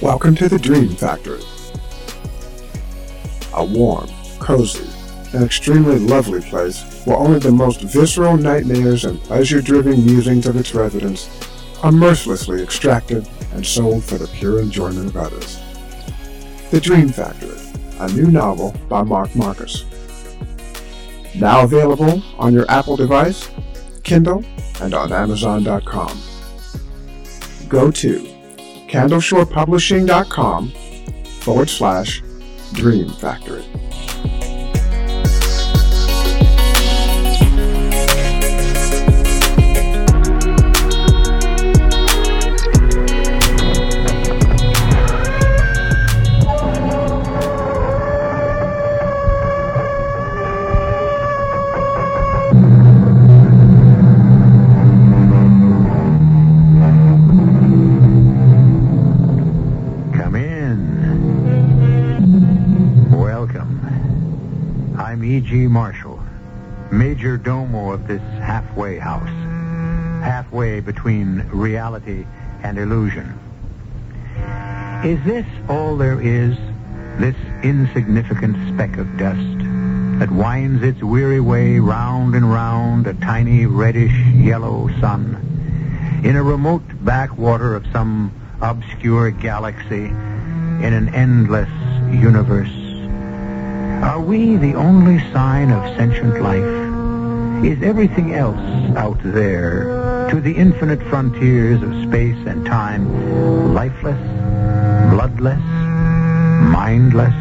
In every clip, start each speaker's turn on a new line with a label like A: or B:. A: Welcome to the Dream Factory. A warm, cozy, and extremely lovely place where only the most visceral nightmares and pleasure driven musings of its residents are mercilessly extracted and sold for the pure enjoyment of others. The Dream Factory, a new novel by Mark Marcus. Now available on your Apple device, Kindle, and on Amazon.com. Go to candleshorepublishing.com forward slash dream factory.
B: Come in. Welcome. I'm E.G. Marshall, major domo of this halfway house, halfway between reality and illusion. Is this all there is, this insignificant speck of dust that winds its weary way round and round a tiny reddish yellow sun? in a remote backwater of some obscure galaxy, in an endless universe? Are we the only sign of sentient life? Is everything else out there, to the infinite frontiers of space and time, lifeless, bloodless, mindless?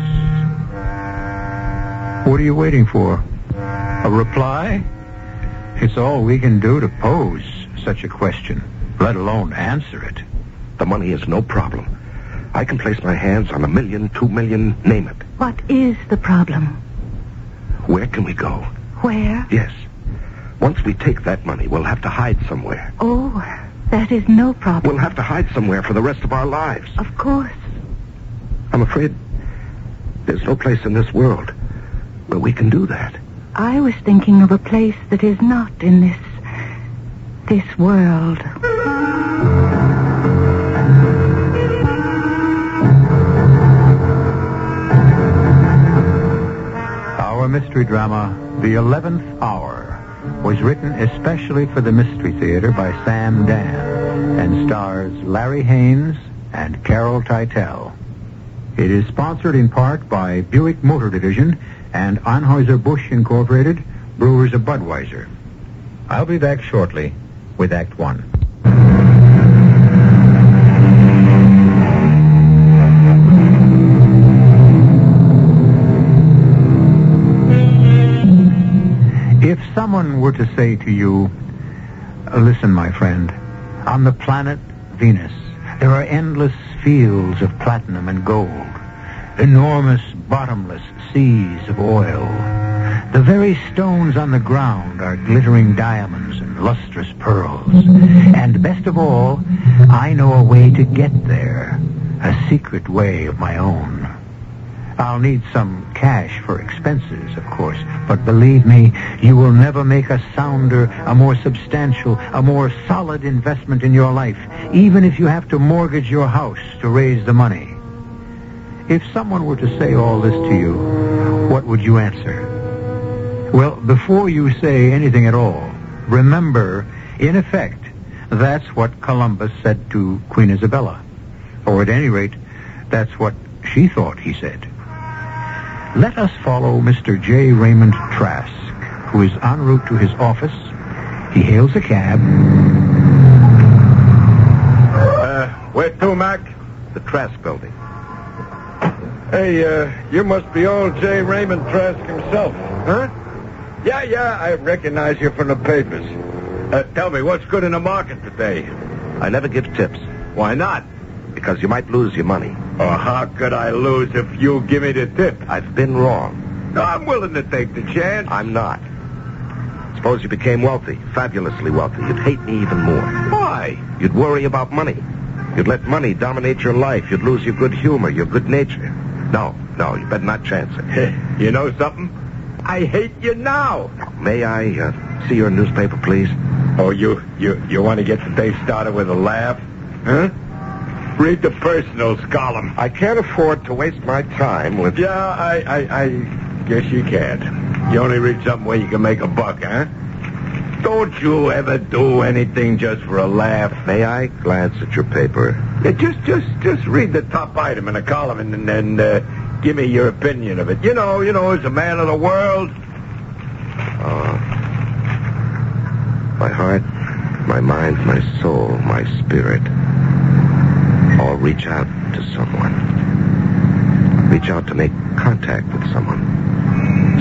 B: What are you waiting for? A reply? It's all we can do to pose such a question, let alone answer it.
C: The money is no problem. I can place my hands on a million, two million, name it.
D: What is the problem?
C: Where can we go?
D: Where?
C: Yes. Once we take that money, we'll have to hide somewhere.
D: Oh, that is no problem.
C: We'll have to hide somewhere for the rest of our lives.
D: Of course.
C: I'm afraid there's no place in this world where we can do that.
D: I was thinking of a place that is not in this. this world.
B: Our mystery drama, The Eleventh Hour, was written especially for the Mystery Theater by Sam Dan and stars Larry Haynes and Carol Titel. It is sponsored in part by Buick Motor Division and Anheuser-Busch Incorporated, Brewers of Budweiser. I'll be back shortly with Act One. If someone were to say to you, uh, listen, my friend, on the planet Venus, there are endless fields of platinum and gold, enormous bottomless seas of oil. The very stones on the ground are glittering diamonds and lustrous pearls. And best of all, I know a way to get there, a secret way of my own. I'll need some cash for expenses, of course, but believe me, you will never make a sounder, a more substantial, a more solid investment in your life, even if you have to mortgage your house to raise the money. If someone were to say all this to you, what would you answer? Well, before you say anything at all, remember, in effect, that's what Columbus said to Queen Isabella. Or at any rate, that's what she thought he said. Let us follow Mr. J. Raymond Trask, who is en route to his office. He hails a cab.
E: Uh, where to, Mac?
C: The Trask building.
E: Hey, uh, you must be old J. Raymond Trask himself. Huh? Yeah, yeah, I recognize you from the papers. Uh, tell me, what's good in the market today?
C: I never give tips
E: Why not?
C: because you might lose your money.
E: Or how could I lose if you give me the tip?
C: I've been wrong.
E: No, I'm willing to take the chance.
C: I'm not. Suppose you became wealthy, fabulously wealthy. You'd hate me even more.
E: Why?
C: You'd worry about money. You'd let money dominate your life. You'd lose your good humor, your good nature. No, no, you better not chance it.
E: you know something? I hate you now.
C: May I uh, see your newspaper, please?
E: Oh, you, you, you want to get the day started with a laugh? Huh?
F: Read the personals column.
B: I can't afford to waste my time with.
F: Yeah, I, I, I guess you can't. You only read something where you can make a buck, huh? Don't you ever do anything just for a laugh.
B: May I glance at your paper?
F: Yeah, just, just, just read the top item in a column and then and, uh, give me your opinion of it. You know, you know, as a man of the world.
B: Uh, My heart, my mind, my soul, my spirit all reach out to someone. Reach out to make contact with someone.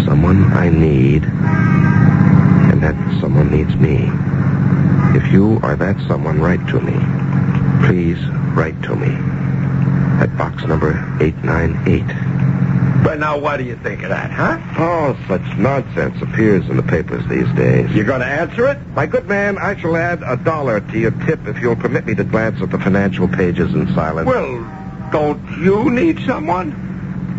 B: Someone I need, and that someone needs me. If you are that someone, write to me. Please write to me at box number 898.
F: But now, what do you think of that, huh?
B: All Oh, such nonsense appears in the papers these days.
F: You gonna answer it?
B: My good man, I shall add a dollar to your tip if you'll permit me to glance at the financial pages in silence.
F: Well, don't you need someone?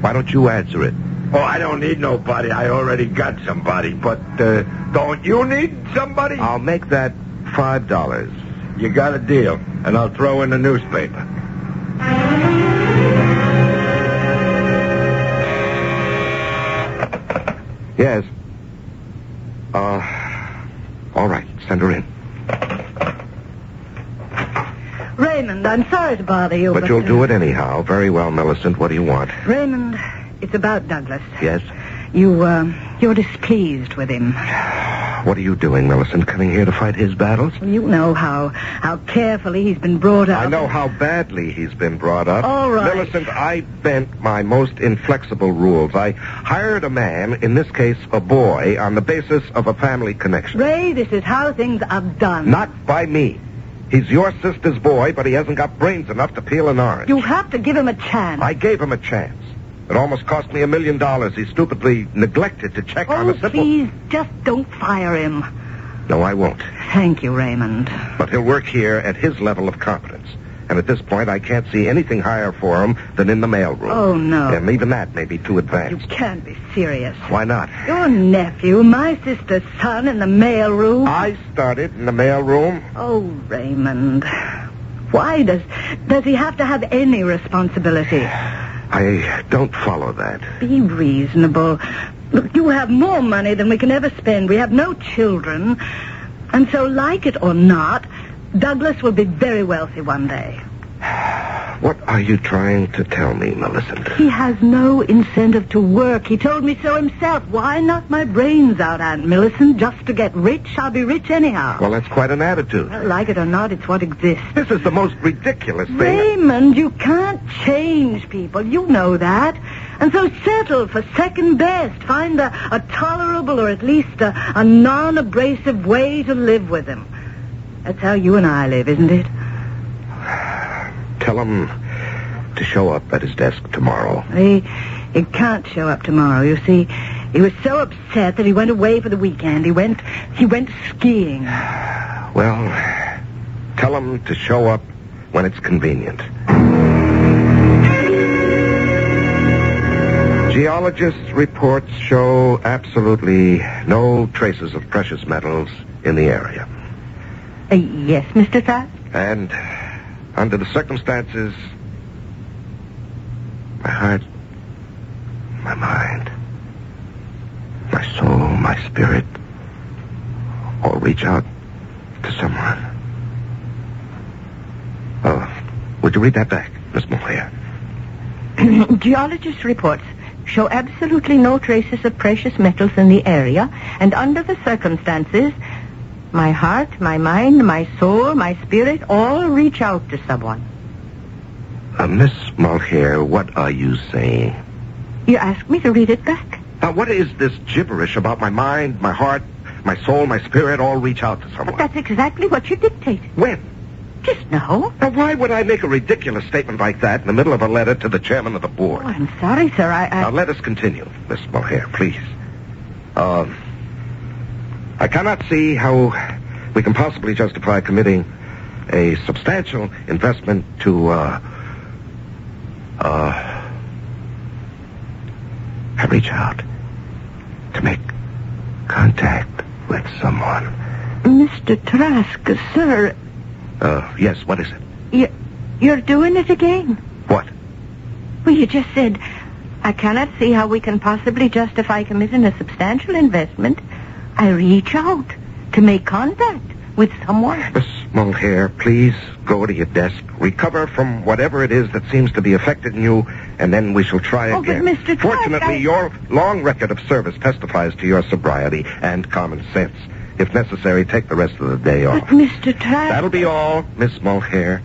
B: why don't you answer it?
F: Oh, I don't need nobody. I already got somebody. But uh, don't you need somebody?
B: I'll make that five dollars.
F: You got a deal, and I'll throw in the newspaper.
B: Yes. Uh, all right, send her in.
D: Raymond, I'm sorry to bother you.
B: But you'll do it anyhow. Very well, Millicent. What do you want?
D: Raymond, it's about Douglas.
B: Yes.
D: You, um, you're displeased with him.
B: What are you doing, Millicent? Coming here to fight his battles?
D: You know how how carefully he's been brought up.
B: I know how badly he's been brought up.
D: All right.
B: Millicent, I bent my most inflexible rules. I hired a man, in this case a boy, on the basis of a family connection.
D: Ray, this is how things are done.
B: Not by me. He's your sister's boy, but he hasn't got brains enough to peel an orange.
D: You have to give him a chance.
B: I gave him a chance. It almost cost me a million dollars. He stupidly neglected to check on
D: oh,
B: a simple.
D: please, just don't fire him.
B: No, I won't.
D: Thank you, Raymond.
B: But he'll work here at his level of competence. And at this point, I can't see anything higher for him than in the mailroom.
D: Oh, no.
B: And even that may be too
D: You
B: advanced.
D: can't be serious.
B: Why not?
D: Your nephew, my sister's son, in the mailroom.
B: I started in the mailroom.
D: Oh, Raymond. Why does does he have to have any responsibility?
B: I don't follow that.
D: Be reasonable. Look, you have more money than we can ever spend. We have no children. And so, like it or not, Douglas will be very wealthy one day.
B: What are you trying to tell me, Millicent?
D: He has no incentive to work. He told me so himself. Why not my brains out, Aunt Millicent? Just to get rich, I'll be rich anyhow.
B: Well, that's quite an attitude.
D: Well, like it or not, it's what exists.
B: This is the most ridiculous thing.
D: Raymond, you can't change people. You know that. And so settle for second best. Find a, a tolerable or at least a, a non-abrasive way to live with them. That's how you and I live, isn't it?
B: Tell him to show up at his desk tomorrow.
D: He, he can't show up tomorrow, you see. He was so upset that he went away for the weekend. He went, he went skiing. Uh,
B: Well, tell him to show up when it's convenient. Geologists' reports show absolutely no traces of precious metals in the area.
D: Uh, yes, Mr. Thack?
B: And under the circumstances, my heart, my mind, my soul, my spirit all reach out to someone. Oh, would you read that back, Miss Moyer?
G: Geologist reports show absolutely no traces of precious metals in the area, and under the circumstances, my heart, my mind, my soul, my spirit all reach out to someone.
B: Uh, Miss Mulcair, what are you saying?
G: You ask me to read it back.
B: Now, what is this gibberish about my mind, my heart, my soul, my spirit all reach out to
G: But
B: someone?
G: that's exactly what you dictated.
B: When?
G: Just now.
B: Now, why would I make a ridiculous statement like that in the middle of a letter to the chairman of the
G: Oh,
B: board?
G: I'm sorry, sir. I, I...
B: Now, let us continue, Miss Mulhare, please. Um, I cannot see how we can possibly justify committing a substantial investment to, uh, uh, reach out to make contact with someone.
G: Mr. Trask, sir,
B: Uh, yes, what is it?
G: you,
D: You're doing it again.
B: What?
D: Well, you just said, I cannot see how we can possibly justify committing a substantial investment. I reach out to make contact with someone.
B: Miss Mulhair, please go to your desk, recover from whatever it is that seems to be affecting you, and then we shall try
D: Oh, but
B: again.
D: Mr. Clark,
B: Fortunately,
D: I-
B: your long record of service testifies to your sobriety and common sense. If necessary, take the rest of the day
D: But,
B: off.
D: Mr. Trask,
B: That'll be all, Miss Mulhair.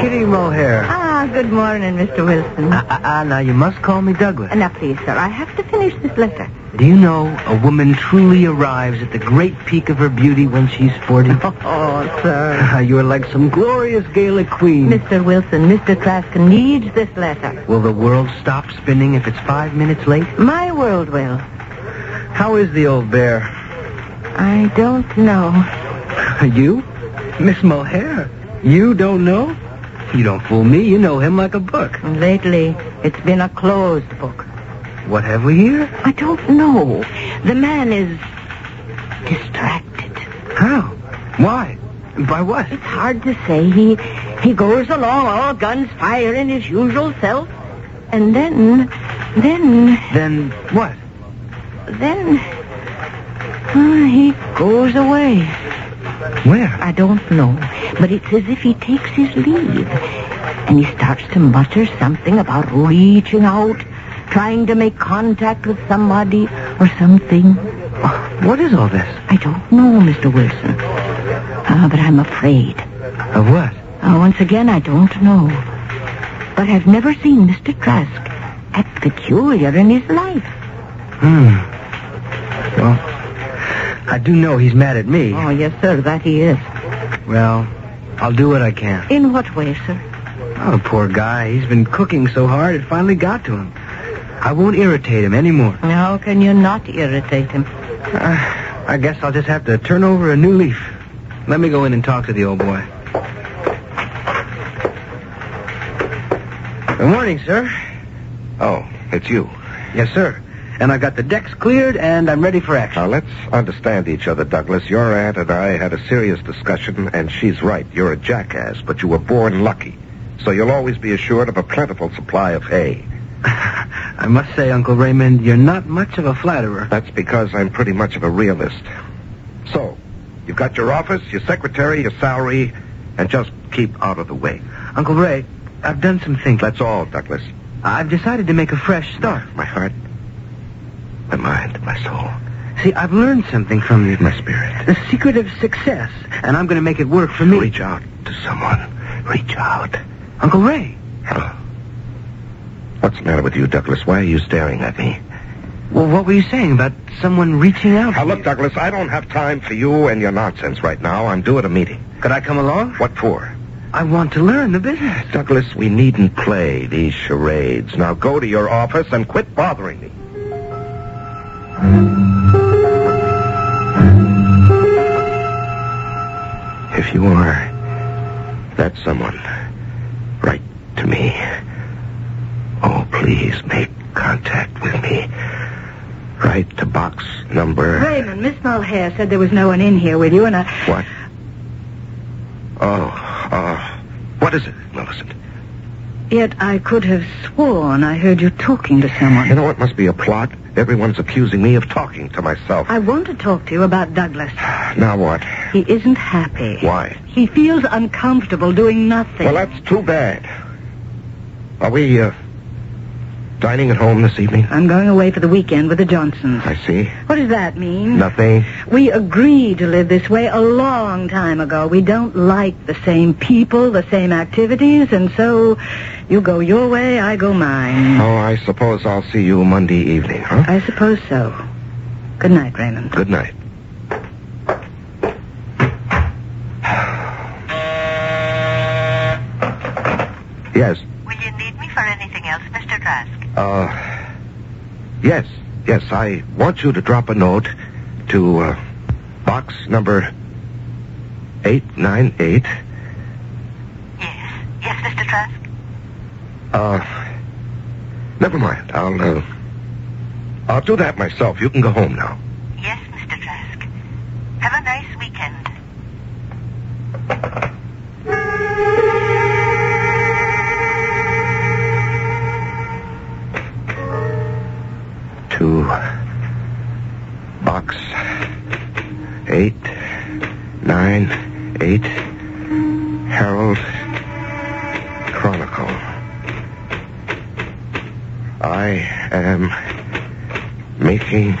H: Kitty Mulhair.
D: Ah, good morning, Mr. Wilson.
H: Ah,
B: uh,
H: ah, ah, now you must call me Douglas.
D: now, please, sir, I have to finish this letter.
H: Do you know a woman truly arrives at the great peak of her beauty when she's 40? oh, sir. You're like some glorious Gaelic queen.
D: Mr. Wilson, Mr. Trask needs this letter.
H: Will the world stop spinning if it's five minutes late?
D: My world will.
H: How is the old bear?
D: I don't know.
H: You? Miss Mulhare? You don't know? You don't fool me. You know him like a book.
D: Lately, it's been a closed book.
H: What have we here?
D: I don't know. The man is distracted.
H: How? Why? By what?
D: It's hard to say. He he goes along all guns firing his usual self. And then then
H: Then what?
D: then uh, he goes away.
H: Where?
D: I don't know. But it's as if he takes his leave. And he starts to mutter something about reaching out, trying to make contact with somebody or something.
H: What is all this?
D: I don't know, Mr. Wilson. Ah, but I'm afraid.
H: Of what?
D: Uh, once again, I don't know. But I've never seen Mr. Trask act peculiar in his life.
H: Hmm. Well, I do know he's mad at me.
D: Oh, yes, sir, that he is.
H: Well, I'll do what I can.
D: In what way, sir?
H: Oh, poor guy. He's been cooking so hard it finally got to him. I won't irritate him anymore.
D: How can you not irritate him?
H: Uh, I guess I'll just have to turn over a new leaf. Let me go in and talk to the old boy. Good morning, sir.
B: Oh, it's you.
H: Yes, sir. And I got the decks cleared, and I'm ready for action.
B: Now, let's understand each other, Douglas. Your aunt and I had a serious discussion, and she's right. You're a jackass, but you were born lucky. So you'll always be assured of a plentiful supply of hay.
H: I must say, Uncle Raymond, you're not much of a flatterer.
B: That's because I'm pretty much of a realist. So, you've got your office, your secretary, your salary, and just keep out of the way.
H: Uncle Ray, I've done some thinking.
B: That's all, Douglas.
H: I've decided to make a fresh start.
B: My heart, my mind, my soul,
H: See, I've learned something from you.
B: my spirit.
H: The secret of success, and I'm going to make it work for me.
B: Reach out to someone. Reach out.
H: Uncle Ray,
B: Hello. What's the matter with you, Douglas? Why are you staring at me?
H: well, what were you saying about someone reaching out?
B: Now, look, Douglas, I don't have time for you and your nonsense right now. I'm due at a meeting.
H: Could I come along?
B: What for?
H: I want to learn the business.
B: Douglas, we needn't play these charades. Now go to your office and quit bothering me. If you are that someone, write to me. Oh, please make contact with me. Write to box number.
D: Raymond, Miss Mulhare said there was no one in here with you, and I...
B: What? Oh, uh, what is it, Millicent?
D: Yet I could have sworn I heard you talking to
B: You
D: someone.
B: know, it must be a plot. Everyone's accusing me of talking to myself.
D: I want to talk to you about Douglas.
B: Now what?
D: He isn't happy.
B: Why?
D: He feels uncomfortable doing nothing.
B: Well, that's too bad. Are we, uh, dining at home this evening?
D: I'm going away for the weekend with the Johnsons.
B: I see.
D: What does that mean?
B: Nothing.
D: We agreed to live this way a long time ago. We don't like the same people, the same activities, and so you go your way, I go mine.
B: Oh, I suppose I'll see you Monday evening, huh?
D: I suppose so. Good night, Raymond.
B: Good night. Yes.
D: Will you need me for anything else, Mr. Trask?
B: Uh, yes, yes, I want you to drop a note to uh, box number 898.
D: Yes. Yes, Mr. Trask?
B: Uh, never mind. I'll, uh, I'll do that myself. You can go home now.
D: Yes, Mr. Trask. Have a nice
B: to box eight, nine, eight, Herald Chronicle. I am making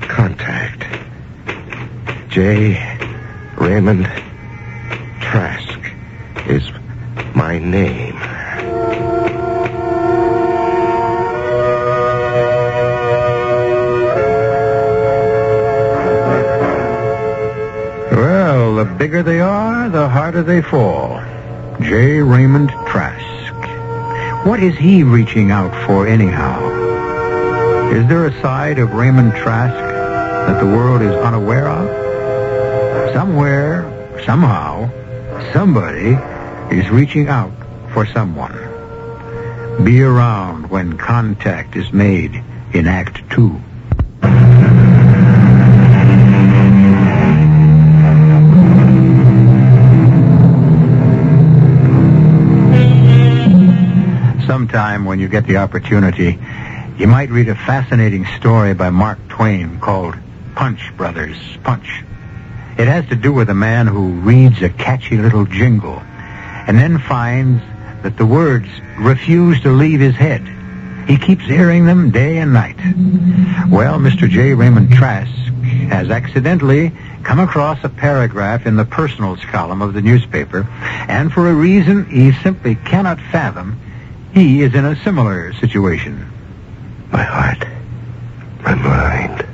B: contact. J. Raymond Trask is my name.
H: Well, the bigger they are, the harder they fall. J. Raymond Trask. What is he reaching out for anyhow? Is there a side of Raymond Trask that the world is unaware of? Somewhere, somehow, somebody is reaching out for someone. Be around when contact is made in Act Two. Sometime when you get the opportunity, you might read a fascinating story by Mark Twain called Punch Brothers Punch. It has to do with a man who reads a catchy little jingle and then finds that the words refuse to leave his head. He keeps hearing them day and night. Well, Mr. J. Raymond Trask has accidentally come across a paragraph in the personals column of the newspaper, and for a reason he simply cannot fathom, he is in a similar situation.
B: My heart, my mind,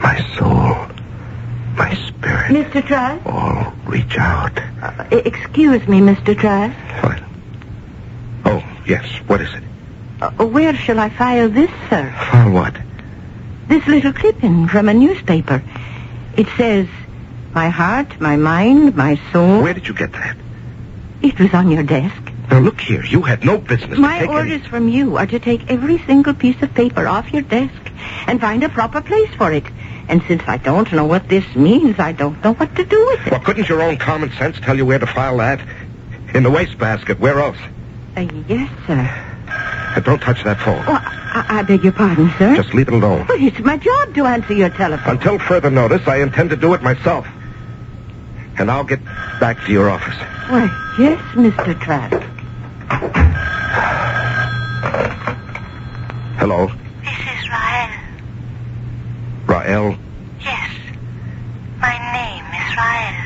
B: my soul, my spirit
D: Mr. Trask?
B: all reach out.
D: Uh, e- excuse me, Mr. Trask.
B: What? Oh, yes. What is it?
D: Uh, where shall I file this, sir?
B: File what?
D: This little clipping from a newspaper. It says, My heart, my mind, my soul.
B: Where did you get that?
D: It was on your desk.
B: Now look here. You had no business. to
D: My
B: take any-
D: orders from you are to take every single piece of paper off your desk and find a proper place for it. And since I don't know what this means, I don't know what to do with it.
B: Well, couldn't your own common sense tell you where to file that? In the wastebasket. Where else?
D: Uh, yes, sir.
B: And don't touch that phone.
D: Oh, I-, I beg your pardon, sir.
B: Just leave it alone.
D: But it's my job to answer your telephone.
B: Until further notice, I intend to do it myself. And I'll get back to your office.
D: Why, yes, Mr. Trask.
B: Hello?
I: This is Rael.
B: Rael?
I: Yes. My name is Rael.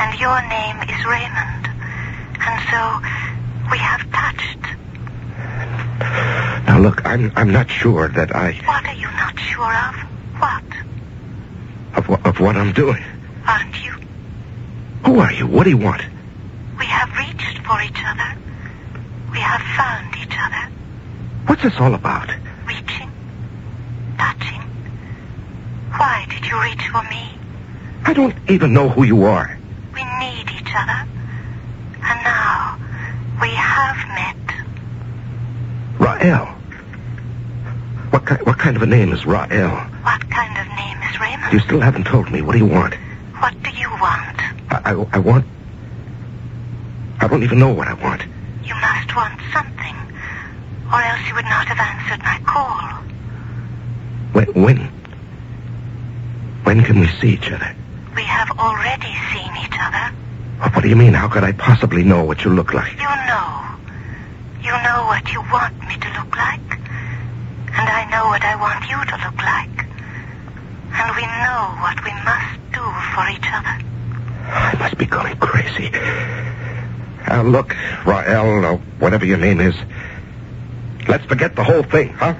I: And your name is Raymond. And so we have touched.
B: Now look, I'm I'm not sure that I
I: What are you not sure of? What?
B: of, wh- of what I'm doing.
I: Aren't you?
B: Who are you? What do you want?
I: We have reached for each other. We have found each other.
B: What's this all about?
I: Reaching. Touching. Why did you reach for me?
B: I don't even know who you are.
I: We need each other. And now we have met.
B: Rael. What kind what kind of a name is Rael?
I: What kind of name is Raymond?
B: You still haven't told me. What do you want?
I: What do you want?
B: I, I, I want I don't even know what I want.
I: You must want something, or else you would not have answered my call.
B: When when when can we see each other?
I: We have already seen each other.
B: What do you mean? How could I possibly know what you look like?
I: You know. You know what you want me to look like, and I know what I want you to look like. And we know what we must do for each other.
B: I must be going crazy. Now, look, Rael, or whatever your name is, let's forget the whole thing, huh?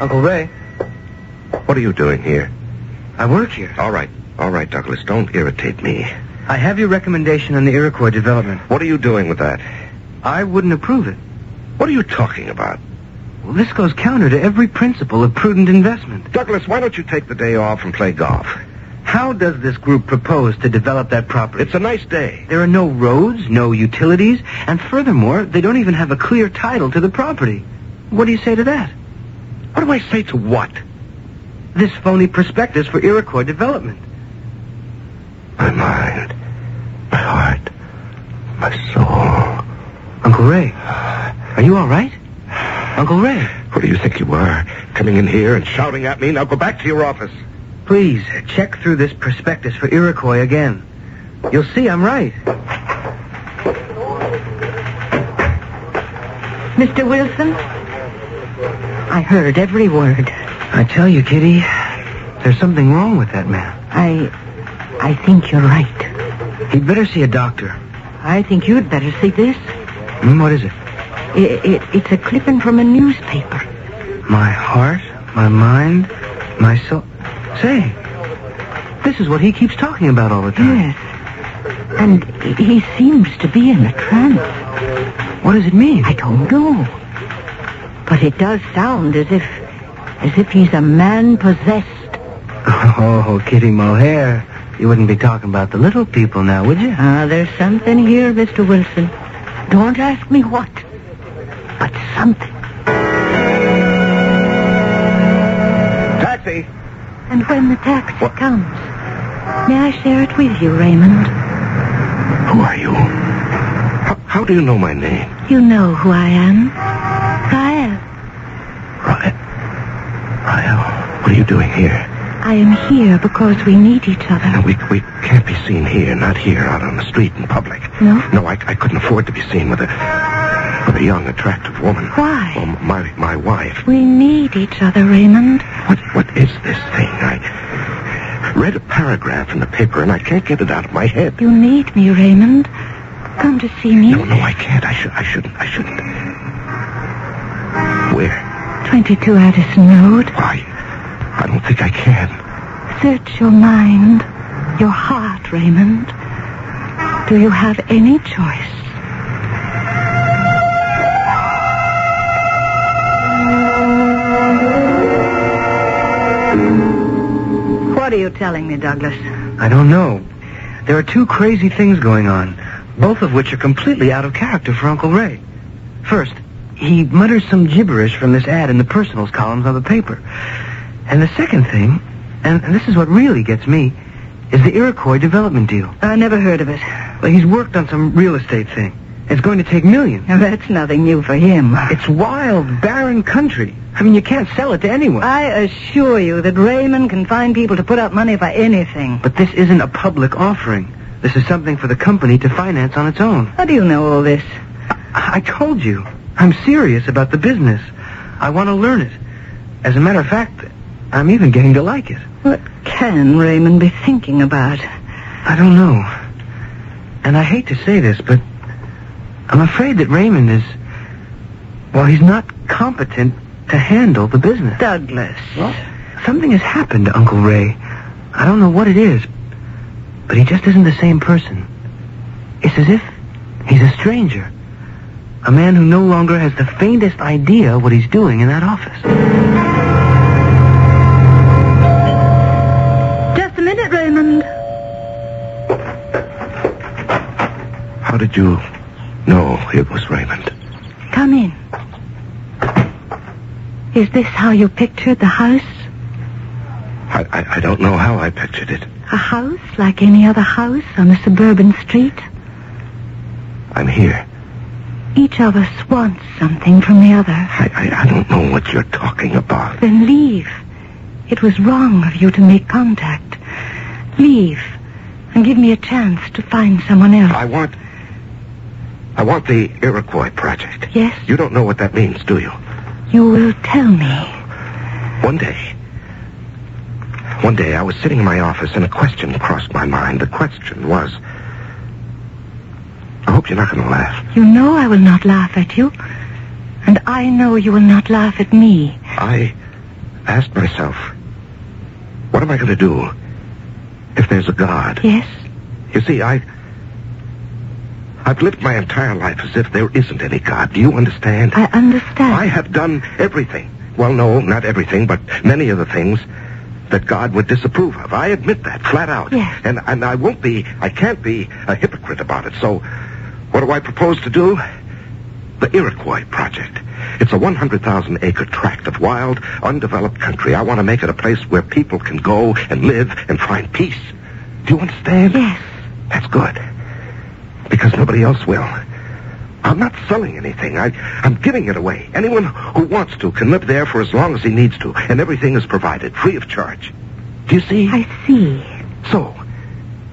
E: Uncle Ray,
B: What are you doing here?
E: I work here.
B: All right, all right, Douglas, don't irritate me.
E: I have your recommendation on the Iroquois development.
B: What are you doing with that?
E: I wouldn't approve it.
B: What are you talking about?
E: Well, this goes counter to every principle of prudent investment.
B: Douglas, why don't you take the day off and play golf?
E: How does this group propose to develop that property?
B: It's a nice day.
E: There are no roads, no utilities, and furthermore, they don't even have a clear title to the property. What do you say to that?
B: What do I say to what?
E: This phony prospectus for Iroquois development.
B: My mind, my heart, my soul.
E: Uncle
H: Uncle Ray. Are you all right? Uncle Ray.
B: Who do you think you are? Coming in here and shouting at me? Now go back to your office.
H: Please, check through this prospectus for Iroquois again. You'll see I'm right.
D: Mr. Wilson? I heard every word.
H: I tell you, Kitty, there's something wrong with that man.
D: I. I think you're right.
H: He'd better see a doctor.
D: I think you'd better see this.
H: Hmm, what is it?
D: It, it, it's a clipping from a newspaper.
H: My heart, my mind, my soul. Say, this is what he keeps talking about all the time.
D: Yes. And he seems to be in a trance.
H: What does it mean?
D: I don't know. But it does sound as if as if he's a man possessed.
H: Oh, Kitty Mohair, you wouldn't be talking about the little people now, would you?
D: Ah, there's something here, Mr. Wilson. Don't ask me what, but something.
B: Taxi!
D: And when the taxi comes, may I share it with you, Raymond?
B: Who are you? How, how do you know my name?
D: You know who I am. Rael,
B: Ryle. Ryle, what are you doing here?
D: I am here because we need each
B: Now,
D: other.
B: we, we can't be seen here, not here, out on the street in public.
D: No?
B: No, I, I couldn't afford to be seen with a, with a young, attractive woman.
D: Why?
B: Well, my, my wife.
D: We need each other, Raymond.
B: What, what is this thing? I read a paragraph in the paper and I can't get it out of my head.
D: You need me, Raymond. Come to see me.
B: No, no, I can't. I, should, I shouldn't. I shouldn't. Where?
D: 22 Addison Road.
B: Why? I don't think I can.
D: Search your mind, your heart, Raymond. Do you have any choice? What are you telling me, Douglas?
H: I don't know. There are two crazy things going on, both of which are completely out of character for Uncle Ray. First, he mutters some gibberish from this ad in the personals columns of the paper. And the second thing, and, and this is what really gets me, is the Iroquois development deal.
D: I never heard of it.
H: Well, he's worked on some real estate thing. It's going to take millions.
D: Now, that's nothing new for him.
H: It's wild, barren country. I mean, you can't sell it to anyone.
D: I assure you that Raymond can find people to put up money for anything.
H: But this isn't a public offering. This is something for the company to finance on its own.
D: How do you know all this?
H: I, I told you. I'm serious about the business. I want to learn it. As a matter of fact, I'm even getting to like it.
D: What can Raymond be thinking about?
H: I don't know. And I hate to say this, but I'm afraid that Raymond is, well, he's not competent to handle the business.
D: Douglas.
H: Something has happened to Uncle Ray. I don't know what it is, but he just isn't the same person. It's as if he's a stranger. A man who no longer has the faintest idea what he's doing in that office.
D: Just a minute, Raymond.
B: How did you know it was Raymond?
D: Come in. Is this how you pictured the house?
B: I, I, I don't know how I pictured it.
D: A house like any other house on a suburban street?
B: I'm here.
D: Each of us wants something from the other.
B: I, I, I don't know what you're talking about.
D: Then leave. It was wrong of you to make contact. Leave and give me a chance to find someone else.
B: I want. I want the Iroquois Project.
D: Yes,
B: You don't know what that means, do you?
D: you will tell me.
B: One day. One day I was sitting in my office and a question crossed my mind. The question was. I hope you're not going to laugh.
D: You know I will not laugh at you. And I know you will not laugh at me.
B: I asked myself, what am I going to do if there's a God?
D: Yes?
B: You see, I. I've lived my entire life as if there isn't any God. Do you understand?
D: I understand.
B: I have done everything. Well, no, not everything, but many of the things that God would disapprove of. I admit that flat out.
D: Yes.
B: And and I won't be I can't be a hypocrite about it. So what do I propose to do? The Iroquois Project. It's a 100,000 acre tract of wild, undeveloped country. I want to make it a place where people can go and live and find peace. Do you understand?
D: Yes.
B: That's good. Because nobody else will. I'm not selling anything. I, I'm giving it away. Anyone who wants to can live there for as long as he needs to, and everything is provided, free of charge. Do you see?
D: I see.
B: So,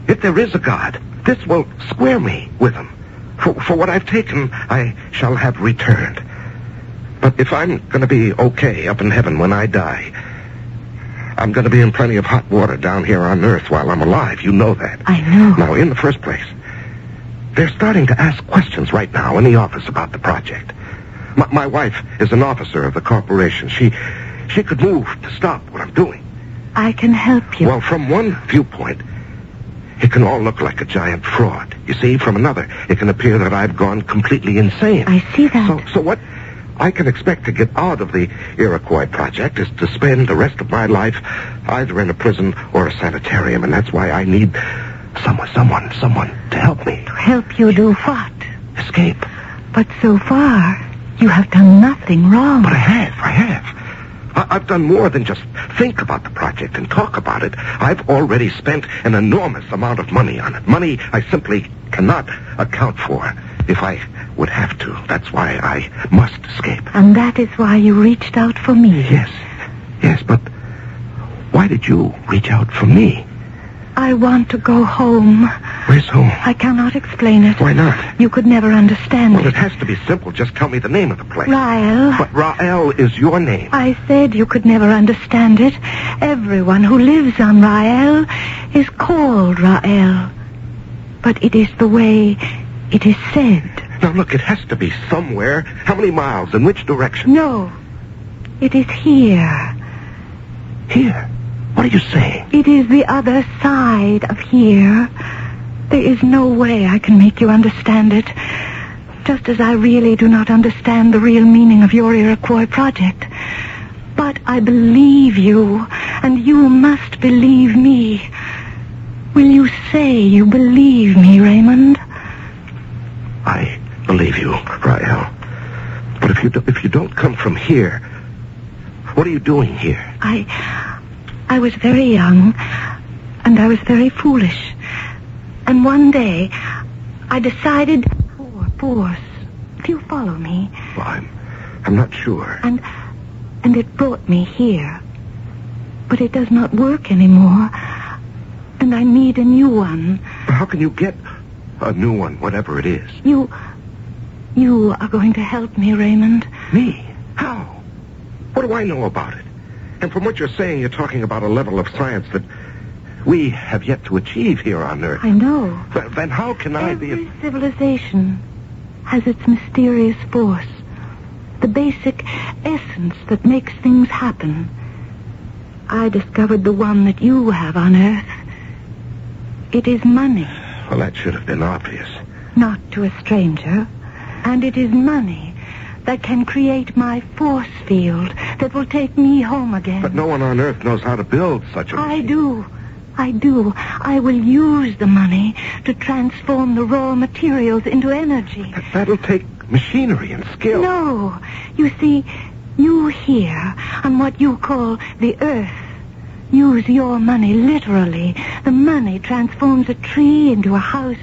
B: if there is a God, this will square me with him. For, for what I've taken, I shall have returned. But if I'm going to be okay up in heaven when I die, I'm going to be in plenty of hot water down here on earth while I'm alive. You know that.
D: I know.
B: Now, in the first place, they're starting to ask questions right now in the office about the project. My, my wife is an officer of the corporation. She, she could move to stop what I'm doing.
D: I can help you.
B: Well, from one viewpoint, it can all look like a giant fraud. You see, from another, it can appear that I've gone completely insane.
D: I see that.
B: So, so what I can expect to get out of the Iroquois project is to spend the rest of my life either in a prison or a sanitarium, and that's why I need someone, someone, someone to help me
D: help you do what?
B: escape.
D: But so far, you have done nothing wrong.
B: But I have, I have. I- I've done more than just think about the project and talk about it. I've already spent an enormous amount of money on it. Money I simply cannot account for if I would have to. That's why I must escape.
D: And that is why you reached out for me.
B: Yes, yes, but why did you reach out for me?
D: I want to go home.
B: Where's home?
D: I cannot explain it.
B: Why not?
D: You could never understand
B: Well,
D: it.
B: it has to be simple. Just tell me the name of the place.
D: Lyle,
B: But Rael is your name.
D: I said you could never understand it. Everyone who lives on Rael is called Rael. But it is the way it is said.
B: Now look, it has to be somewhere. How many miles? In which direction?
D: No, it is here.
B: Here. What are you saying?
D: It is the other side of here. There is no way I can make you understand it. Just as I really do not understand the real meaning of your Iroquois project. But I believe you, and you must believe me. Will you say you believe me, Raymond?
B: I believe you, Rael. But if you do, if you don't come from here, what are you doing here?
D: I, I was very young, and I was very foolish. And one day, I decided, poor, poor, if you follow me,
B: Well, I'm I'm not sure.
D: and, and it brought me here. But it does not work anymore, and I need a new one.
B: How can you get a new one, whatever it is?
D: You, you are going to help me, Raymond.
B: Me? How? What do I know about it? And from what you're saying, you're talking about a level of science that we have yet to achieve here on Earth.
D: I know.
B: Th- Then how can I be?
D: Every civilization has its mysterious force, the basic essence that makes things happen. I discovered the one that you have on Earth. It is money,
B: Well, that should have been obvious.
D: not to a stranger, and it is money that can create my force field that will take me home again.
B: But no one on Earth knows how to build such a.
D: I do. I do. I will use the money to transform the raw materials into energy.
B: Th- That'll take machinery and skill.
D: No. You see, you here on what you call the earth. Use your money literally. The money transforms a tree into a house.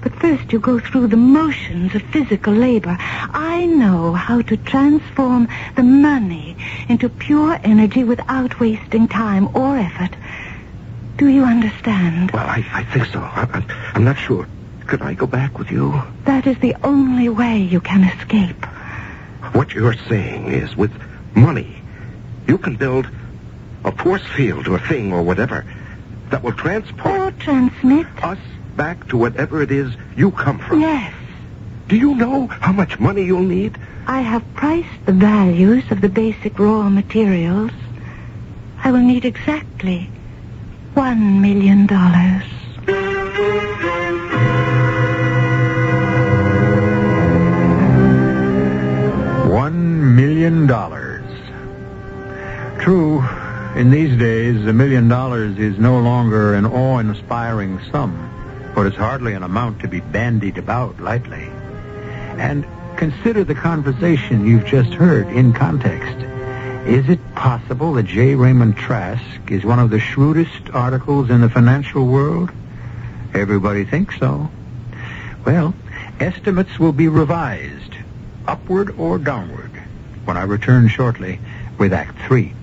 D: But first you go through the motions of physical labor. I know how to transform the money into pure energy without wasting time or effort. Do you understand?
B: Well, I, I think so. I, I'm, I'm not sure. Could I go back with you?
D: That is the only way you can escape.
B: What you're saying is with money, you can build a force field or thing or whatever that will
D: Or
B: transport
D: transmit.
B: us back to whatever it is you come from.
D: Yes.
B: Do you know how much money you'll need?
D: I have priced the values of the basic raw materials. I will need exactly one million dollars.
H: One million dollars. True, in these days, a million dollars is no longer an awe-inspiring sum, but it's hardly an amount to be bandied about lightly. And consider the conversation you've just heard in context. Is it possible that J. Raymond Trask is one of the shrewdest articles in the financial world? Everybody thinks so. Well, Estimates will be revised, upward or downward, when I return shortly with Act Three.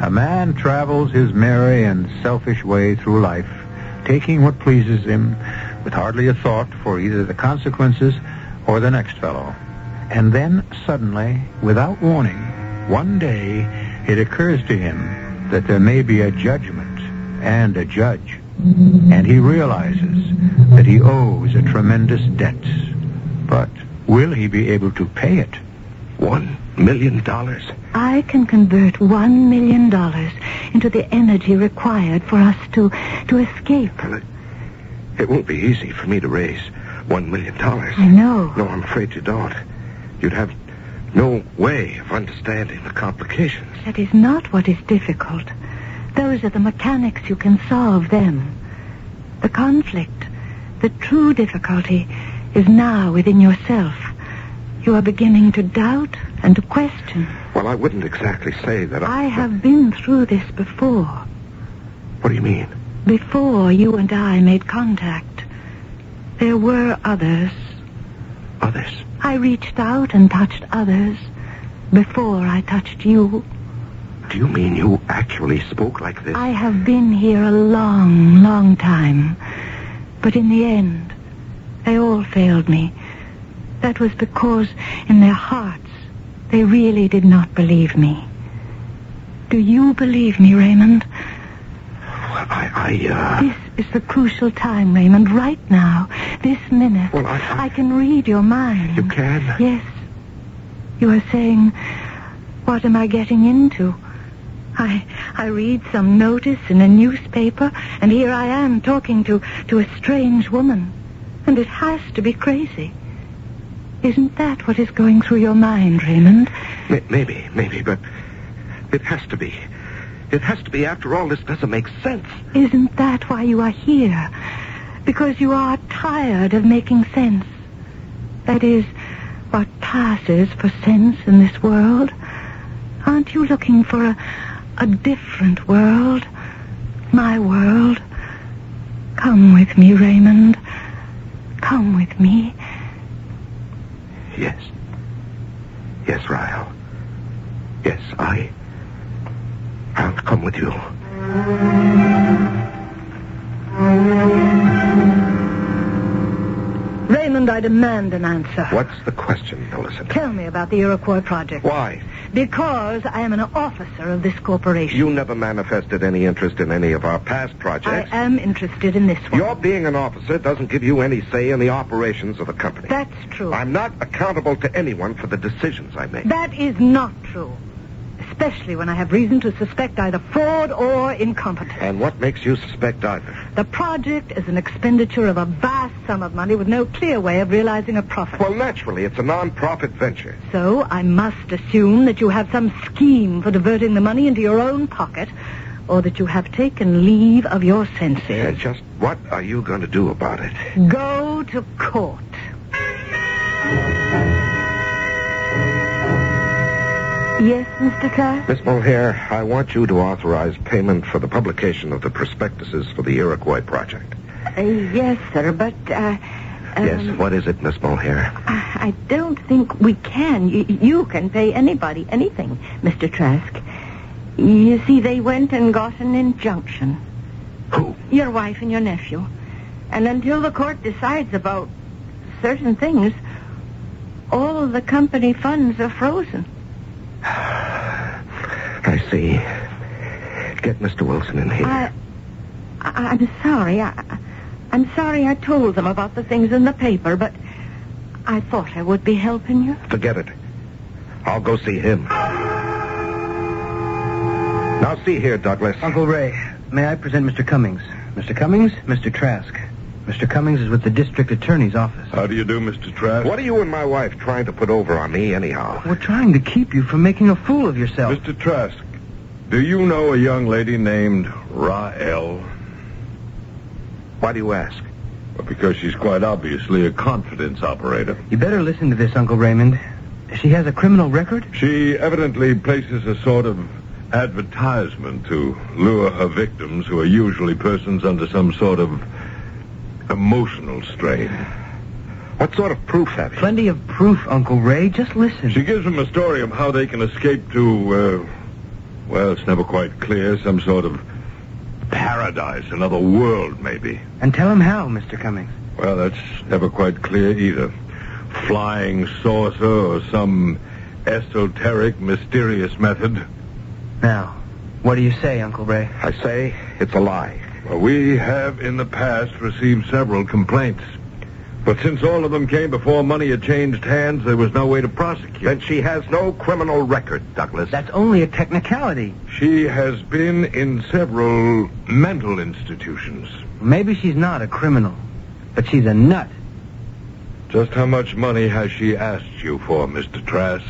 H: A man travels his merry and selfish way through life, taking what pleases him, with hardly a thought for either the consequences or the next fellow. And then, suddenly, without warning, one day it occurs to him that there may be a judgment and a judge. And he realizes that he owes a tremendous debt. But will he be able to pay it?
B: One million dollars?
D: I can convert one million dollars into the energy required for us to, to escape.
B: It won't be easy for me to raise one million dollars.
D: I know.
B: No, I'm afraid you don't. You'd have no way of understanding the complications.
D: That is not what is difficult. Those are the mechanics you can solve them. The conflict, the true difficulty, is now within yourself. You are beginning to doubt and to question.
B: Well, I wouldn't exactly say that I...
D: I have been through this before.
B: What do you mean?
D: Before you and I made contact, there were others.
B: Others?
D: I reached out and touched others before I touched you.
B: Do you mean you actually spoke like this?
D: I have been here a long, long time. But in the end, they all failed me. That was because in their hearts, they really did not believe me. Do you believe me, Raymond?
B: Well, I, I, uh...
D: This is the crucial time, Raymond, right now, this minute.
B: Well, I- I-
D: can read your mind.
B: You can?
D: Yes. You are saying, what am I getting into? I, I read some notice in a newspaper, and here I am talking to, to a strange woman. And it has to be crazy. Isn't that what is going through your mind, Raymond?
B: May- maybe, maybe, but it has to be. It has to be. After all, this doesn't make sense.
D: Isn't that why you are here? Because you are tired of making sense. That is, what passes for sense in this world. Aren't you looking for a, a different world? My world? Come with me, Raymond. Come with me.
B: Yes. Yes, Ryle. Yes, I. I'll come with you.
J: Raymond, I demand an answer.
B: What's the question, Millicent?
J: Tell me about the Iroquois project.
B: Why?
J: Because I am an officer of this corporation.
B: You never manifested any interest in any of our past
J: I
B: projects.
J: am interested in this one.
B: Your being an officer doesn't give you any say in the operations of the company.
J: That's true.
B: I'm not accountable to anyone for the decisions I make.
J: That is not true. Especially when I have reason to suspect either fraud or incompetence.
B: And what makes you suspect either?
J: The project is an expenditure of a vast sum of money with no clear way of realizing a profit.
B: Well, naturally, it's a non-profit venture.
J: So I must assume that you have some scheme for diverting the money into your own pocket, or that you have taken leave of your senses.
B: And just what are you going to do about it?
J: Go to court.
D: Yes, Mr. Clark?
B: Miss Mulhare, I want you to authorize payment for the publication of the prospectuses for the Iroquois project.
D: Uh, yes, sir, but, uh, um,
B: yes, what is it, Miss Mulhare?
D: I I don't think we can. Y- you can pay anybody anything, Mr. Trask. You see, they went and got an injunction.
B: Who?
D: Your wife and your nephew. And until the court decides about certain things, all the company funds are frozen.
B: I see. Get Mr. Wilson in here.
D: I, I, I'm sorry. I, I'm sorry I told them about the things in the paper, but I thought I would be helping you.
B: Forget it. I'll go see him. Now, see here, Douglas.
H: Uncle Ray, may I present Mr. Cummings? Mr. Cummings, Mr. Trask. Mr. Cummings is with the district attorney's office.
E: How do you do, Mr. Trask?
B: What are you and my wife trying to put over on me, anyhow?
H: We're trying to keep you from making a fool of yourself.
E: Mr. Trask, do you know a young lady named Rael?
B: Why do you ask?
E: Well, because she's quite obviously a confidence operator.
H: You better listen to this, Uncle Raymond.
K: She has a criminal record?
L: She evidently places a sort of advertisement to lure her victims, who are usually persons under some sort of emotional strain.
B: What sort of proof have you?
H: Plenty of proof, Uncle Ray. Just listen.
L: She gives them a story of how they can escape to, uh, well, it's never quite clear, some sort of paradise, another world, maybe.
H: And tell him how, Mr. Cummings.
L: Well, that's never quite clear either. Flying saucer or some esoteric, mysterious method.
H: Now, what do you say, Uncle Ray?
B: I say it's a lie.
L: Well, we have in the past received several complaints. But since all of them came before money had changed hands, there was no way to prosecute.
B: Then she has no criminal record, Douglas.
H: That's only a technicality.
L: She has been in several mental institutions.
H: Maybe she's not a criminal, but she's a nut.
L: Just how much money has she asked you for, Mr. Trask?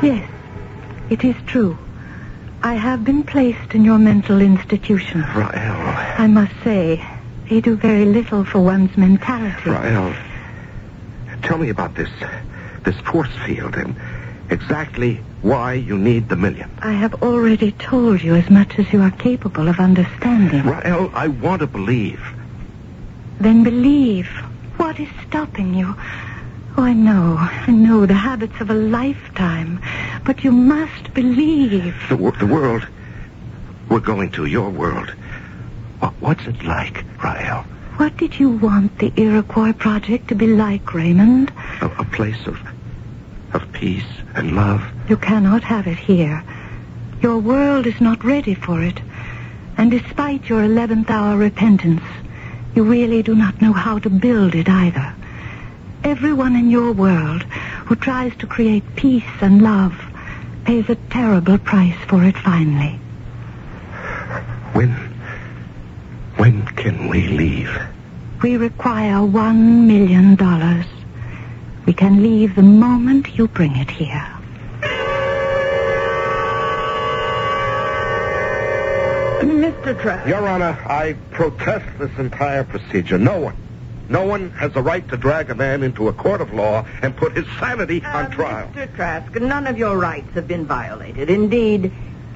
D: Yes, it is true. I have been placed in your mental institution.
B: Rael.
D: I must say, they do very little for one's mentality.
B: Rael. Tell me about this this force field and exactly why you need the million.
D: I have already told you as much as you are capable of understanding.
B: Rael, I want to believe.
D: Then believe. What is stopping you? Oh, I know, I know the habits of a lifetime, but you must believe.
B: The, wor- the world we're going to, your world. Wha- What's it like, Rael?
D: What did you want the Iroquois Project to be like, Raymond?
B: A, a place of of peace and love.
D: You cannot have it here. Your world is not ready for it. And despite your 11th hour repentance, you really do not know how to build it either. Everyone in your world who tries to create peace and love pays a terrible price for it finally.
B: When when can we leave?
D: We require one million dollars. We can leave the moment you bring it here.
M: Mr. Trask.
B: Your Honor, I protest this entire procedure. No one, no one has the right to drag a man into a court of law and put his sanity
M: Uh,
D: Um,
B: on trial.
M: Mr. Trask, none of your rights have been violated. Indeed,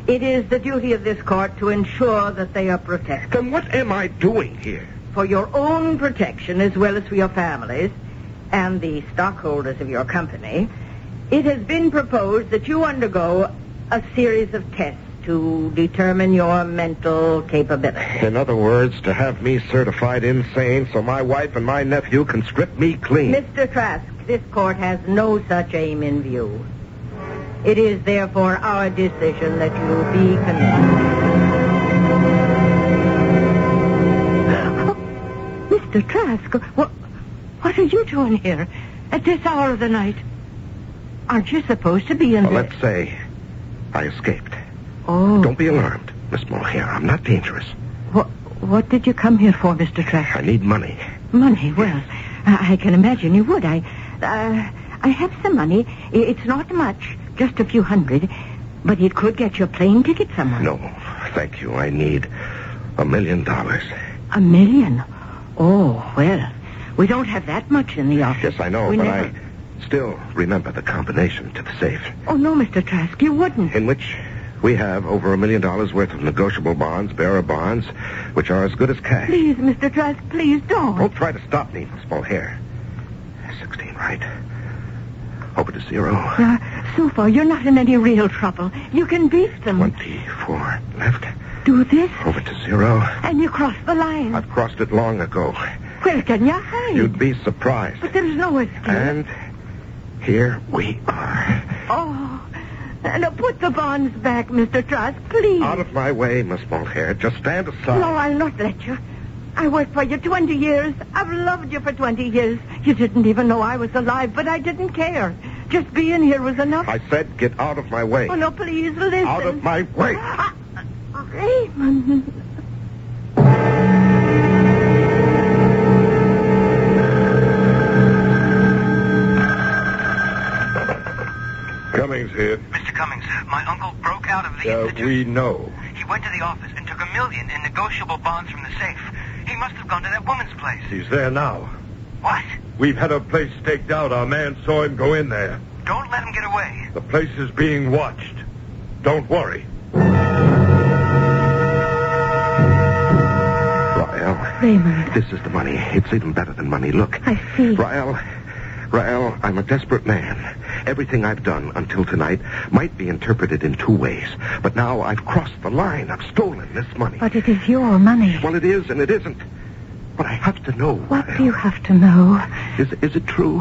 M: it is the duty of this court to ensure that they are protected.
B: Then what am I doing here?
M: For your own protection, as well as for your families and the stockholders of your company, it has been proposed that you undergo a series of tests to determine your mental capability.
B: In other words, to have me certified insane so my wife and my nephew can strip me
D: Hmm.
B: clean.
M: Mr. Trask, this court has no such aim in view. It is therefore our decision that you be convicted.
D: Mr. Oh, Trask, what, what are you doing here at this hour of the night? Aren't you supposed to be in
B: Well,
D: bed?
B: let's say I escaped.
D: Oh,
B: Don't be alarmed, Miss Mulhare. I'm not dangerous.
D: what, what did you come here for, Mr. Trask?
B: I need money.
D: Money, well, I I can imagine you would. I, uh, I have some money. I- It's not much, just a few hundred, but it could get you a plane ticket somewhere.
B: No, thank you. I need a million dollars.
D: A million? Oh, well, we don't have that much in the office.
B: Yes, I know,
D: We
B: but
D: never-
B: I still remember the combination to the safe,
D: Oh, no, Mr. Trask, you wouldn't.
B: in which we have over a million dollars worth of negotiable bonds, bearer bonds, which are as good as cash.
D: Please, Mr. Trask, please don't.
B: Don't try to stop me, Miss Mulhare. 16 right. Over to zero.
D: Uh, so far, you're not in any real trouble. You can beat them.
B: 24 left.
D: Do this,
B: Over to zero.
D: and you cross the line.
B: I've crossed it long ago.
D: Where can you hide?
B: You'd be surprised.
D: But there's no escape.
B: And here we are.
D: Oh, now put the bonds back, Mr. Trask, please.
B: Out of my way, Miss Mulhare. Just stand aside.
D: No, I'll not let you. I worked for you 20 years. I've loved you for 20 years. You didn't even know I was alive, but I didn't care. Just being here was enough.
B: I said get out of my way.
D: Oh, no, please, listen.
B: Out of my way.
D: Ah, Raymond.
L: Cummings here.
I: Mr. Cummings, my uncle broke out of the
L: Uh,
I: institute.
L: we know.
I: He went to the office and took a million in negotiable bonds from the safe. He must have gone to that woman's place.
L: He's there now.
I: What?
E: We've had a place staked out. Our man saw him go in there.
N: Don't let him get away.
E: The place is being watched. Don't worry.
B: Rael,
D: Raymond,
B: this is the money. It's even better than money. Look.
D: I see.
B: Rael, Rael, I'm a desperate man. Everything I've done until tonight might be interpreted in two ways. But now I've crossed the line. I've stolen this money.
D: But it is your money.
B: Well, it is and it isn't. But I have to know.
D: What
B: Rael.
D: do you have to know?
B: Is, is it true?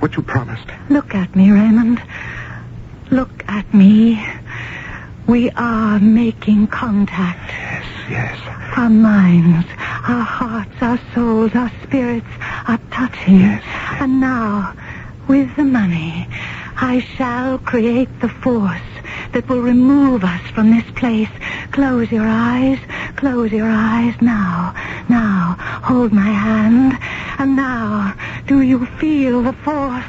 B: What you promised?
D: Look at me, Raymond. Look at me. We are making contact.
B: Yes, yes.
D: Our minds, our hearts, our souls, our spirits are touching. And now, with the money, I shall create the force that will remove us from this place. Close your eyes. Close your eyes now. Now, hold my hand. And now, do you feel the force?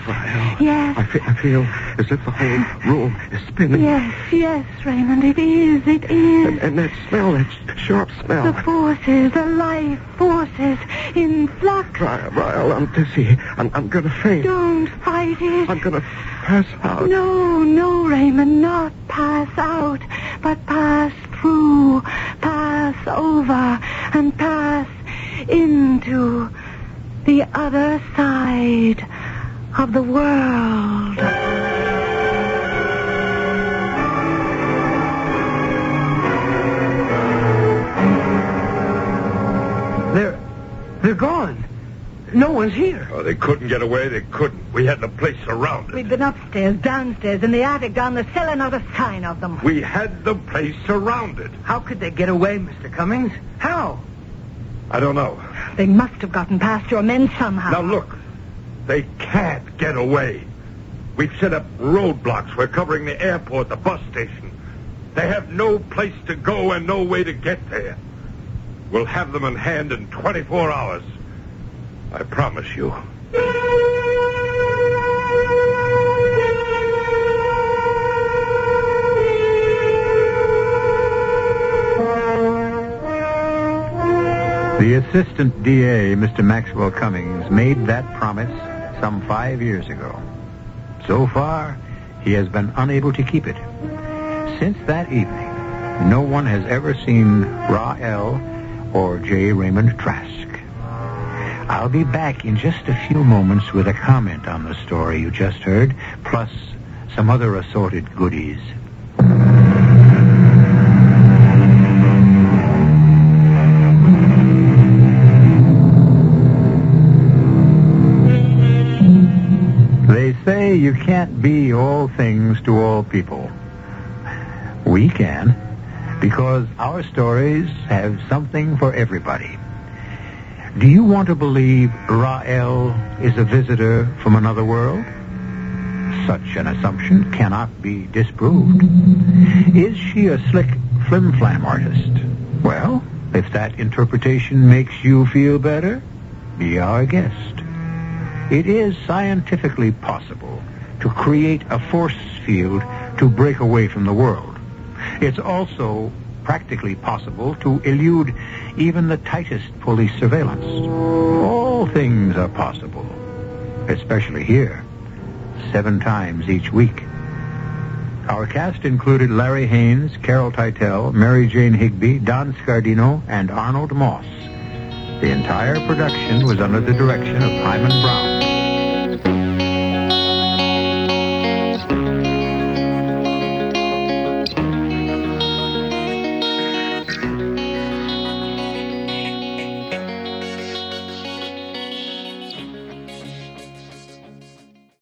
D: yes.
B: I fe- I feel as if the whole room is spinning.
D: Yes, yes, Raymond, it is, it is.
B: And, and that smell, that sh- sharp smell.
D: The forces, the life forces in flux.
B: Rael, Rael, I'm dizzy. I'm, I'm going to faint.
D: Don't fight it.
B: I'm going to pass out.
D: No, no, Raymond, not pass out, but pass through, pass over, and pass into the other side of the world.
O: They're they're gone. No one's here.
E: Oh, they couldn't get away. They couldn't. We had the place surrounded.
J: We've been upstairs, downstairs, in the attic, down the cellar, not a sign of them.
E: We had the place surrounded.
O: How could they get away, Mr. Cummings? How?
E: I don't know.
J: They must have gotten past your men somehow.
E: Now look, they can't get away. We've set up roadblocks. We're covering the airport, the bus station. They have no place to go and no way to get there. We'll have them in hand in 24 hours. I promise you.
H: The assistant DA, Mr. Maxwell Cummings, made that promise some five years ago. So far, he has been unable to keep it. Since that evening, no one has ever seen Rael or J. Raymond Trask. I'll be back in just a few moments with a comment on the story you just heard, plus some other assorted goodies. They say you can't be all things to all people. We can, because our stories have something for everybody. Do you want to believe Rael is a visitor from another world? Such an assumption cannot be disproved. Is she a slick flim-flam artist? Well, if that interpretation makes you feel better, be our guest. It is scientifically possible to create a force field to break away from the world. It's also practically possible to elude even the tightest police surveillance. All things are possible, especially here, seven times each week. Our cast included Larry Haynes, Carol Titel, Mary Jane Higby, Don Scardino, and Arnold Moss. The entire production was under the direction of Hyman Brown.